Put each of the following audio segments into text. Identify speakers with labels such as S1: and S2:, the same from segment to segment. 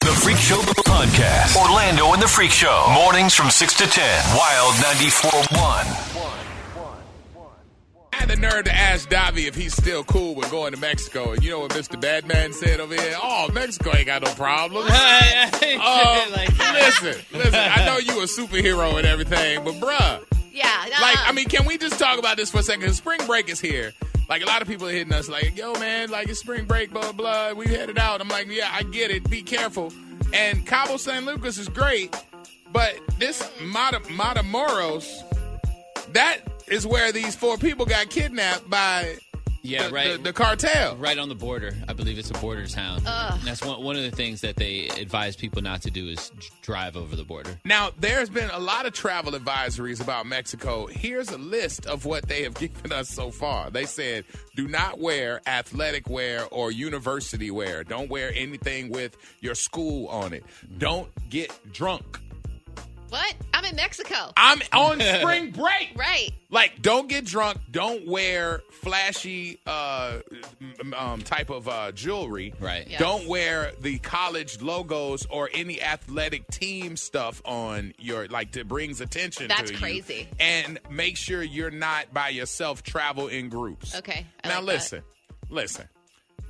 S1: The Freak Show Podcast. Orlando and the Freak Show. Mornings from 6 to 10. Wild 94.1.
S2: I had the nerve to ask Davi if he's still cool with going to Mexico. And you know what Mr. Badman said over here? Oh, Mexico ain't got no problems. Um, listen, listen, I know you a superhero and everything, but bruh,
S3: Yeah. nah.
S2: like, I mean, can we just talk about this for a second? Spring break is here. Like, a lot of people are hitting us like, yo, man, like, it's spring break, blah, blah, we headed out. I'm like, yeah, I get it. Be careful. And Cabo San Lucas is great, but this Mata, Matamoros, that is where these four people got kidnapped by
S4: Yeah,
S2: the,
S4: right.
S2: the, the cartel.
S4: Right on the border, I believe it's a border town. And That's one, one of the things that they advise people not to do is j- drive over the border.
S2: Now, there's been a lot of travel advisories about Mexico. Here's a list of what they have given us so far. They said, do not wear athletic wear or university wear. Don't wear anything with your school on it. Don't get drunk.
S3: what? I'm in Mexico.
S2: I'm on spring break.
S3: Right.
S2: Like, don't get drunk. Don't wear flashy uh, m- um, type of uh, jewelry.
S4: Right.
S3: Yes.
S2: Don't wear the college logos or any athletic team stuff on your like that brings attention.
S3: That's
S2: to you.
S3: crazy.
S2: And make sure you're not by yourself. Travel in groups.
S3: Okay, I
S2: now
S3: like that.
S2: listen, listen.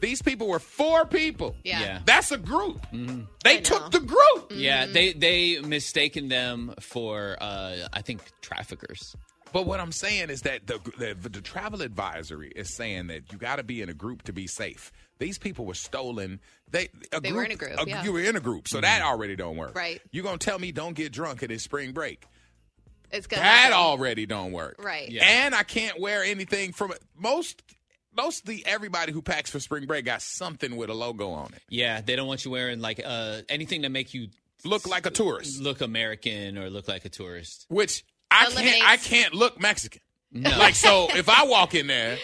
S2: These people were four people.
S3: Yeah.
S4: Yeah.
S2: That's a group. They
S3: I know.
S2: took the group.
S4: Yeah, they they mistaken them for uh, I think traffickers.
S2: But what I'm saying is that the the, the travel advisory is saying that you got to be in a group to be safe. These people were stolen. They a
S3: They
S2: group,
S3: were in a group, yeah.
S2: You were in a group, so that already don't work.
S3: Right.
S2: You gonna tell me don't get drunk at this spring break?
S3: It's gonna
S2: That
S3: happen.
S2: already don't work.
S3: Right.
S4: Yeah.
S2: And I can't wear anything from most. Mostly everybody who packs for spring break got something with a logo on it.
S4: Yeah, they don't want you wearing like uh, anything to make you
S2: Look like a tourist,
S4: look American or look like a tourist.
S2: which I
S3: Eliminates-
S2: can't. I can't look Mexican.
S4: No.
S2: Like so, if I walk in there,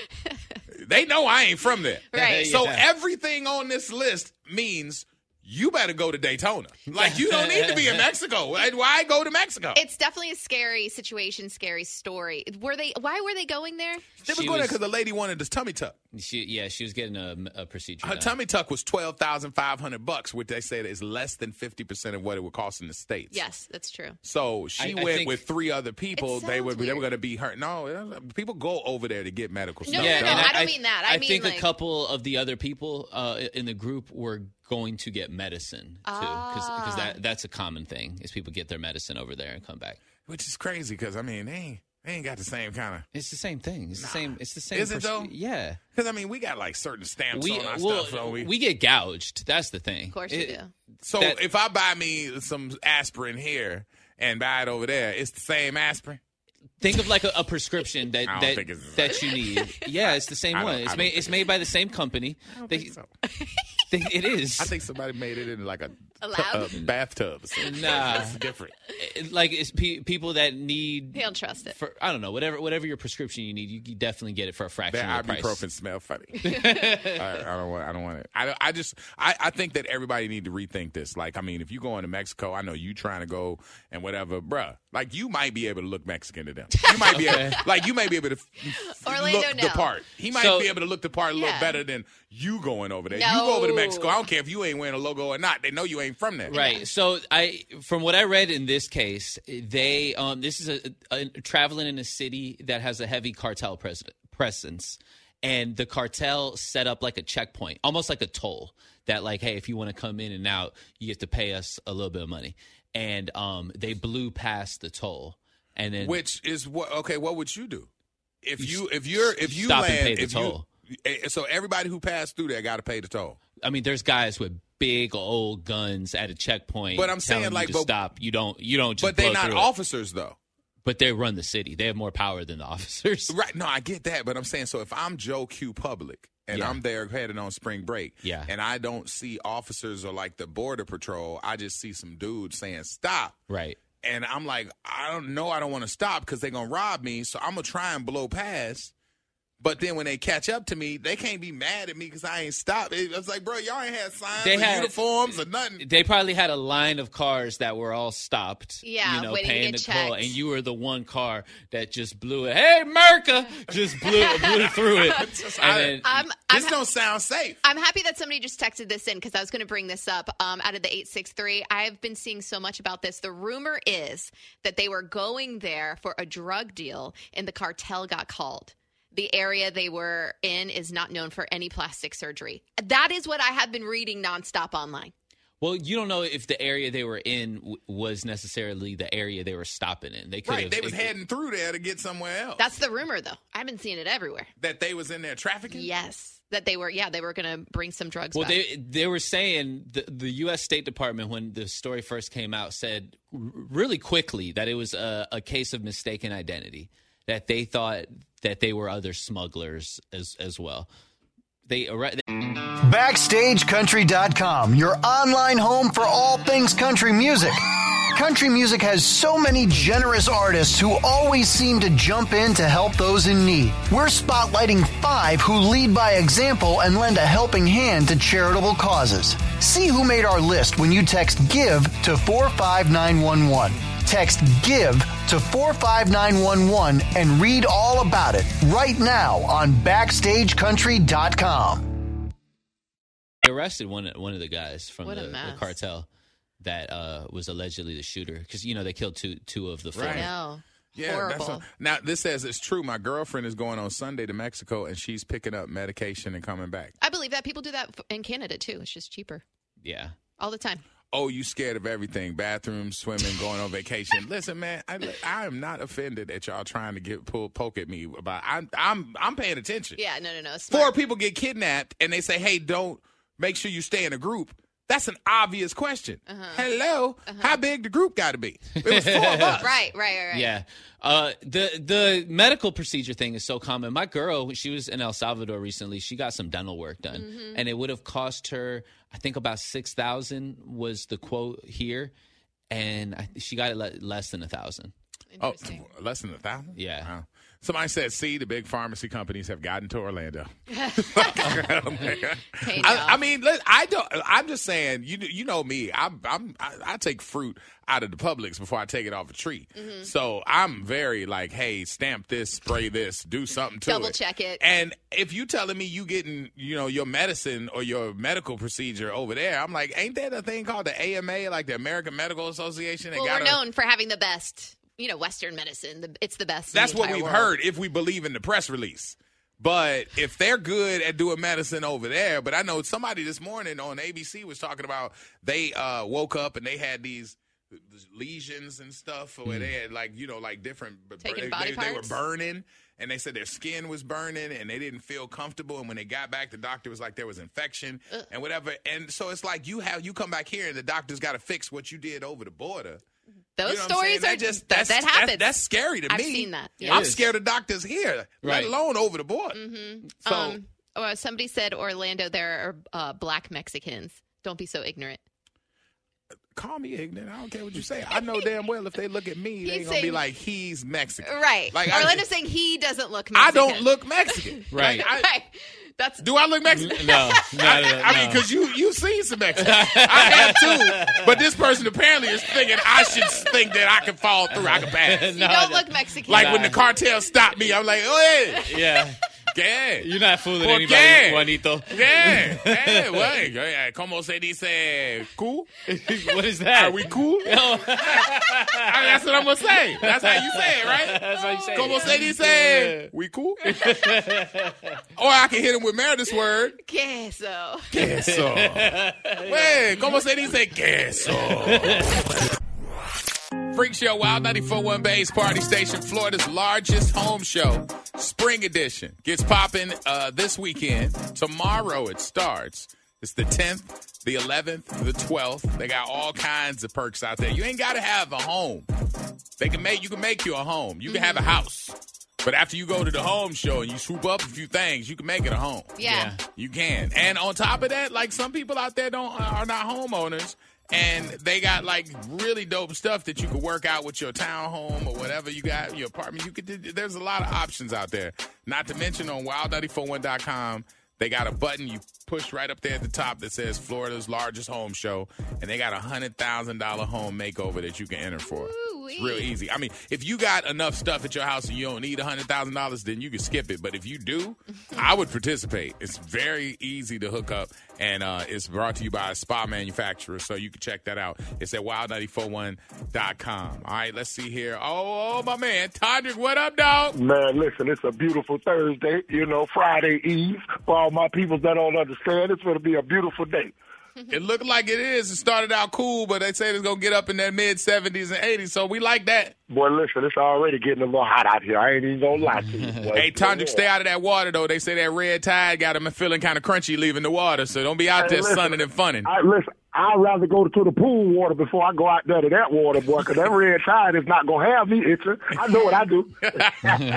S2: they know I ain't from there.
S3: Right.
S2: So
S4: Yeah.
S2: everything on this list means you better go to Daytona. Like you don't need to be in Mexico. Why- Why go to Mexico?
S3: It's definitely a scary situation, scary story. Were they? Why were they going there?
S2: they were
S4: She
S2: going there
S4: was-
S2: because the lady wanted this tummy tuck.
S4: she, yeah, she was getting a, a procedure.
S2: Her
S4: done.
S2: tummy tuck was twelve thousand five hundred bucks, which they said is less than fifty percent of what it would cost in the states.
S3: Yes, that's true.
S2: So she
S4: I- I
S2: went
S4: think-
S2: with three other people.
S3: It
S2: They
S3: sounds
S2: were they were
S3: weird.
S2: going to be hurt. No, it- people go over there to get medical
S3: No,
S2: stuff.
S3: no, no,
S2: done.
S4: and
S3: I don't mean that. I mean,
S4: think
S3: like-
S4: a couple of the other people uh, in the group were going to get medicine too, because
S3: Ah.
S4: that that's a common thing is people get their medicine over there and come back.
S2: Which is crazy because I mean they ain't, they ain't got the same kind of.
S4: It's the same thing. It's the same. It's the same.
S2: Is it
S4: pers-
S2: though?
S4: Yeah.
S2: Because I mean we got like certain stamps
S4: We
S2: on our
S4: well,
S2: stuff. don't
S4: we?
S2: we
S4: get gouged. That's the thing.
S3: Of course you do.
S2: So
S4: That-
S2: if I buy me some aspirin here and buy it over there, it's the same aspirin.
S4: Think of like a, a prescription that
S2: I don't
S4: that,
S2: think it's-
S4: that you need. Yeah, it's the same
S2: I don't-
S4: one.
S2: I
S4: It's
S2: don't
S4: made.
S2: think
S4: It's made by the same company. They- they- it is.
S2: I think somebody made it in like a,
S3: A lab?
S2: a bathtub. Or something.
S4: Nah.
S2: it's different.
S4: It- like it's pe- people that need.
S3: They don't trust it.
S4: For, I don't know whatever whatever your prescription you need you can definitely get it for a fraction
S2: That
S4: of the price.
S2: ibuprofen smell funny. I, I don't want. I don't want it. I, don't- I just. I, I think that everybody need to rethink this. Like, I mean, if you going to Mexico, I know you trying to go and whatever, bruh. Like, you might be able to look Mexican to them. You might be able, like you may be able to f-
S3: Orlando,
S2: look
S3: no.
S2: the part. He might
S4: So-
S2: be able to look the part a little
S3: Yeah.
S2: better than you going over there. You go over to
S3: No.
S2: Mexico. I don't care if you ain't wearing a logo or not. They know you ain't from there.
S4: Right. So I, from what I read in this case, they um, this is a, a, traveling in a city that has a heavy cartel pres- presence, and the cartel set up like a checkpoint, almost like a toll. That like, hey, if you want to come in and out, you have to pay us a little bit of money, and um, they blew past the toll, and then
S2: Which is what? Okay, what would you do if you if you're if you
S4: Stop and
S2: land
S4: pay the
S2: if
S4: toll.
S2: You, eh, so everybody who passed through there got to pay the toll.
S4: I mean, there's guys with big old guns at a checkpoint.
S2: But I'm saying,
S4: telling you
S2: like,
S4: to
S2: but-
S4: stop. You don't. You don't. Just
S2: But they're
S4: blow
S2: not
S4: through it.
S2: officers though.
S4: But they run the city. They have more power than the officers.
S2: Right. No, I get that, but I'm saying so if I'm Joe Q public and
S4: Yeah.
S2: I'm there headed on spring break
S4: Yeah.
S2: and I don't see officers or like the border patrol, I just see some dudes saying stop.
S4: Right.
S2: And I'm like, I don't know, I don't want to stop because they're gonna rob me, so I'm gonna try and blow past. But then when they catch up to me, they can't be mad at me because I ain't stopped. It, I was like, bro, y'all ain't had signs
S4: They
S2: or
S4: had-
S2: uniforms or nothing.
S4: They probably had a line of cars that were all stopped.
S3: Yeah,
S4: you know,
S3: waiting to
S4: paying
S3: get
S4: the toll,
S3: checked.
S4: and you were the one car that just blew it. Hey, Merca, just blew blew through it.
S2: I-
S4: And then,
S3: I'm, Um, I'm,
S2: This don't sound safe.
S3: I'm happy that somebody just texted this in because I was going to bring this up. Um, out of the 863, I've been seeing so much about this. The rumor is that they were going there for a drug deal and the cartel got called. The area they were in is not known for any plastic surgery. That is what I have been reading nonstop online.
S4: well, you don't know if the area they were in w- was necessarily the area they were stopping in. They could
S2: Right.
S4: have.
S2: They was
S4: it-
S2: heading through there to get somewhere else.
S3: That's the rumor, though. I've been seeing it everywhere.
S2: that they was in there trafficking?
S3: Yes, that they were. Yeah, they were going to bring some drugs.
S4: Well,
S3: back.
S4: they they were saying the the U.S. State Department when the story first came out said r- really quickly that it was a, a case of mistaken identity that they thought that they were other smugglers as as well. They arre-
S5: BackstageCountry.com, your online home for all things country music. Country music has so many generous artists who always seem to jump in to help those in need. We're spotlighting five who lead by example and lend a helping hand to charitable causes. See who made our list when you text GIVE to 45911. Text GIVE to 45911 and read all about it right now on BackstageCountry.com.
S4: they arrested one of- one of the guys from the,
S3: What a
S4: the
S3: mess.
S4: cartel that uh, was allegedly the shooter because you know they killed two two of the four.
S2: Right.
S3: no.
S2: Yeah,
S3: Horrible.
S2: That's what- now this says it's true. My girlfriend is going on Sunday to Mexico and she's picking up medication and coming back.
S3: I believe that people do that f- in Canada too. It's just cheaper
S4: Yeah,
S3: all the time.
S2: Oh, you scared of everything? Bathrooms, swimming, going on vacation. Listen, man, I, I am not offended at y'all trying to get pull poke at me about. I'm I'm I'm paying attention.
S3: Yeah, no, no, no.
S2: Four
S3: Smart.
S2: people get kidnapped and they say, "Hey, don't make sure you stay in a group." That's an obvious question.
S3: Uh-huh.
S2: Hello, how big the group got to be? It was four of us.
S3: Right, right, right, right.
S4: yeah. Uh, the the medical procedure thing is so common. My girl, when she was in El Salvador recently, she got some dental work done, and it would have cost her, I think, about six thousand was the quote here, and I, she got it le- less than a thousand.
S2: Oh,
S3: Interesting.
S2: less than a thousand.
S4: Yeah.
S2: Wow. Somebody said, "See, the big pharmacy companies have gotten to Orlando."
S3: Paid
S2: I,
S3: off.
S2: I mean, let- I don't. I'm just saying, you you know me. I'm, I'm I, I take fruit out of the Publix before I take it off a tree.
S3: Mm-hmm.
S2: So I'm very like, hey, stamp this, spray this, do something to it,
S3: Double check it.
S2: And if you telling me you getting you know your medicine or your medical procedure over there, I'm like, ain't that a thing called the AMA, like the American Medical Association? that
S3: well,
S2: got
S3: we're
S2: a-
S3: known for having the best, you know, Western medicine. The, it's the best. in
S2: That's
S3: the
S2: what
S3: entire
S2: we've
S3: world.
S2: heard if we believe in the press release. But if they're good at doing medicine over there, but I know somebody this morning on ABC was talking about they uh, woke up and they had these lesions and stuff where they had like you know like different
S3: Hmm. Taking
S2: they,
S3: body
S2: they- they were
S3: parts?
S2: burning and they said their skin was burning and they didn't feel comfortable and when they got back the doctor was like there was infection and whatever and so it's like you have you come back here and the doctor's got to fix what you did over the border
S3: Those
S2: you know what I'm
S3: stories
S2: saying?
S3: are
S2: That just
S3: just
S2: that's,
S3: that, that happens.
S2: That's, scary to
S3: I've
S2: me.
S3: seen that.
S4: It
S2: I'm
S4: is.
S2: scared of doctors here, let
S4: Right.
S2: alone over the board. So
S3: um, or somebody said Orlando. There are uh, black Mexicans. Don't be so ignorant.
S2: call me ignorant. I don't care what you say. I know damn well if they look at me, they're
S3: He's
S2: gonna be
S3: saying-
S2: like, "He's Mexican."
S3: Right.
S2: Like, I-
S3: Orlando's saying he doesn't look.
S2: I
S3: Mexican.
S2: don't look Mexican.
S4: Right.
S2: Like, I-
S3: Right. That's
S2: do I look Mexican?
S4: No, no,
S2: I,
S4: no,
S2: I mean,
S4: no.
S2: because you you seen some Mexicans. I have too. But this person apparently is thinking I should think that I can fall through. I can pass.
S3: you don't look Mexican.
S2: Like when the cartel stopped me, I'm like, oh yeah,
S4: yeah,
S2: gang.
S4: you're not fooling
S2: Well,
S4: anybody,
S2: yeah.
S4: Juanito.
S2: Yeah, hey, wait, yeah, como se dice, cool?
S4: what is that?
S2: Are we cool? I- that's what I'm gonna say. That's how you say it, right?
S4: That's how you say it.
S2: Como se dice, we cool? or I can hit him with Meredith's word,
S3: queso.
S2: queso. Wait, como se dice queso? Freak Show Wild 941 Bay's Party Station, Florida's largest home show, Spring Edition, gets popping uh, this weekend. Tomorrow it starts. It's the 10th, the 11th, the 12th. They got all kinds of perks out there. You ain't got to have a home. They can make you can make you a home. You can have a house. But after you go to the home show and you swoop up a few things, you can make it a home.
S3: Yeah.
S2: You can. And on top of that, like some people out there don't are not uh, homeowners. and they got like really dope stuff that you could work out with your townhome or whatever you got your apartment. You could there's a lot of options out there. Not to mention on wild941.com, they got a button you push right up there at the top that says Florida's largest home show, and they got a hundred thousand dollar home makeover that you can enter for. It's real easy. I mean, if you got enough stuff at your house and you don't need a hundred thousand dollars, then you can skip it. But if you do, I would participate. It's very easy to hook up, and uh, it's brought to you by a spa manufacturer, so you can check that out. It's at wild941.com. All right, let's see here. Oh, oh, my man, Todrick, what up, dog?
S6: Man, listen, it's a beautiful Thursday, you know, Friday Eve. For all my people that don't understand, it's going to be a beautiful day.
S2: It looked like it is. It started out cool, but they say it's gonna get up in that mid seventies and eighties, so we like that.
S6: Boy, listen, it's already getting a little hot out here. I ain't even going to lie to you. boy.
S2: Hey, Tondrick,
S6: Yeah.
S2: stay out of that water, though. They say that red tide got him feeling kind of crunchy leaving the water, so don't be out
S6: Hey,
S2: there
S6: listen,
S2: sunning and funning.
S6: I, listen, I'd rather go to the pool water before I go out there to that water, boy, because that red tide is not going to have me itching. I know what I do. hey, man,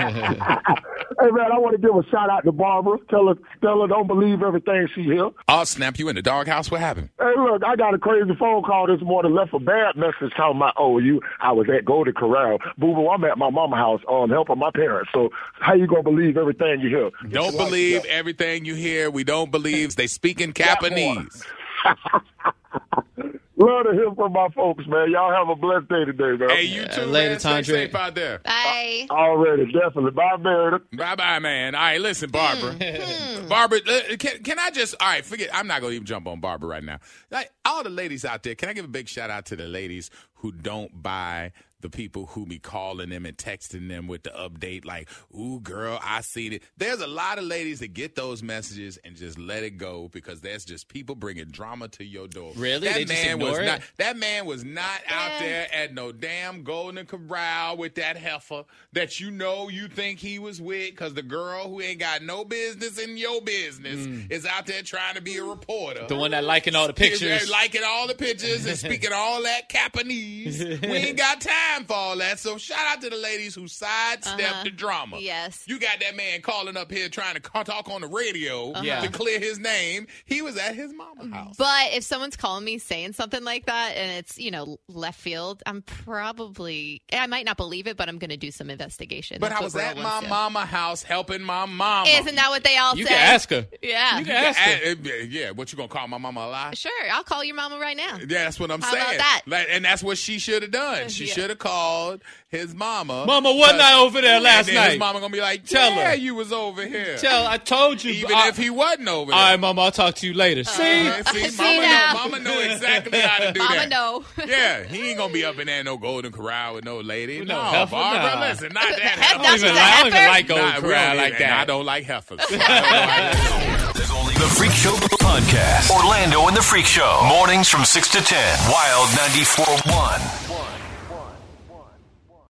S6: I want to give a shout out to Barbara. Tell her, tell her don't believe everything she hears.
S2: I'll snap you in the doghouse. What happened?
S6: Hey, look, I got a crazy phone call this morning. Left a bad message talking about, oh, you, I was at Golden Corral. Boo boo, I'm at my mama's house um, helping my parents. So how you going to believe everything you hear?
S2: Don't believe everything you hear. We don't believe. They speak in Japanese.
S6: Love to hear from my folks, man. Y'all have a blessed day today, man.
S2: Hey, you too,
S4: later,
S2: man. Stay
S4: Tondrick.
S2: safe out there.
S3: Bye.
S6: Already, definitely. Bye, Meredith.
S2: Bye bye, man. All right, listen, Barbara.
S4: Mm. Hmm.
S2: Barbara, uh, can, can I just, all right, forget, I'm not going to even jump on Barbara right now. Like, all the ladies out there, can I give a big shout out to the ladies who don't buy the people who be calling them and texting them with the update, like, ooh, girl, I seen it. There's a lot of ladies that get those messages and just let it go because that's just people bringing drama to your door.
S4: Really?
S2: That
S4: They just
S2: man was
S4: ignore it?
S2: not, that man was not out
S3: Yeah.
S2: there at no damn Golden Corral with that heifer that you know you think he was with because the girl who ain't got no business in your business is out there trying to be a reporter.
S4: Hmm. The one that liking all the pictures.
S2: They're Liking all the pictures and speaking all that Japanese. we ain't got time for all that. So shout out to the ladies who sidestepped the drama.
S3: Yes.
S2: You got that man calling up here trying to ca- talk on the radio
S4: Yeah.
S2: to clear his name. He was at his mama's house.
S3: But if someone's calling me saying something like that and it's, you know, left field, I'm probably, I might not believe it, but I'm going to do some investigation.
S2: But I
S3: That's what
S2: was
S3: we're
S2: at
S3: all
S2: my
S3: into.
S2: mama house helping my mama.
S3: Isn't that what they all
S4: you
S3: say?
S4: can ask her.
S3: Yeah.
S4: You can ask her.
S2: Uh, uh, yeah, what you gonna call my mama a lie?
S3: Sure. I'll call your mama right now.
S2: Yeah, that's what I'm
S3: How
S2: saying.
S3: about that?
S2: Like, and that's what she should have done. She
S3: Yeah.
S2: should have called his mama.
S4: Mama, wasn't I over there
S2: And
S4: last
S2: then
S4: night?
S2: His mama gonna be like,
S4: Tell
S2: "Yeah,
S4: her.
S2: you was over here."
S4: Tell, I told you.
S2: Even
S4: I,
S2: if he wasn't over there.
S4: all right, Mama, I'll talk to you later. See?
S2: Yeah, see,
S3: See
S2: mama, know,
S3: now.
S2: mama know exactly how to do
S3: Mama,
S2: that.
S3: no.
S2: Yeah, he ain't gonna be up in there in no golden corral with no lady.
S4: With
S2: no,
S4: no heifer,
S2: Barbara,
S4: nah.
S2: listen, not that.
S3: Heck,
S2: heifer.
S4: I don't even,
S3: That's
S4: I don't
S3: a
S4: even like
S2: Nah,
S4: old
S2: we don't
S4: crowd
S2: need-
S4: like
S2: and I
S4: that.
S2: don't like heifers. I don't like heifers.
S1: There's only the Freak Show podcast. Orlando and the Freak Show. Mornings from 6 to 10. Wild 94.1.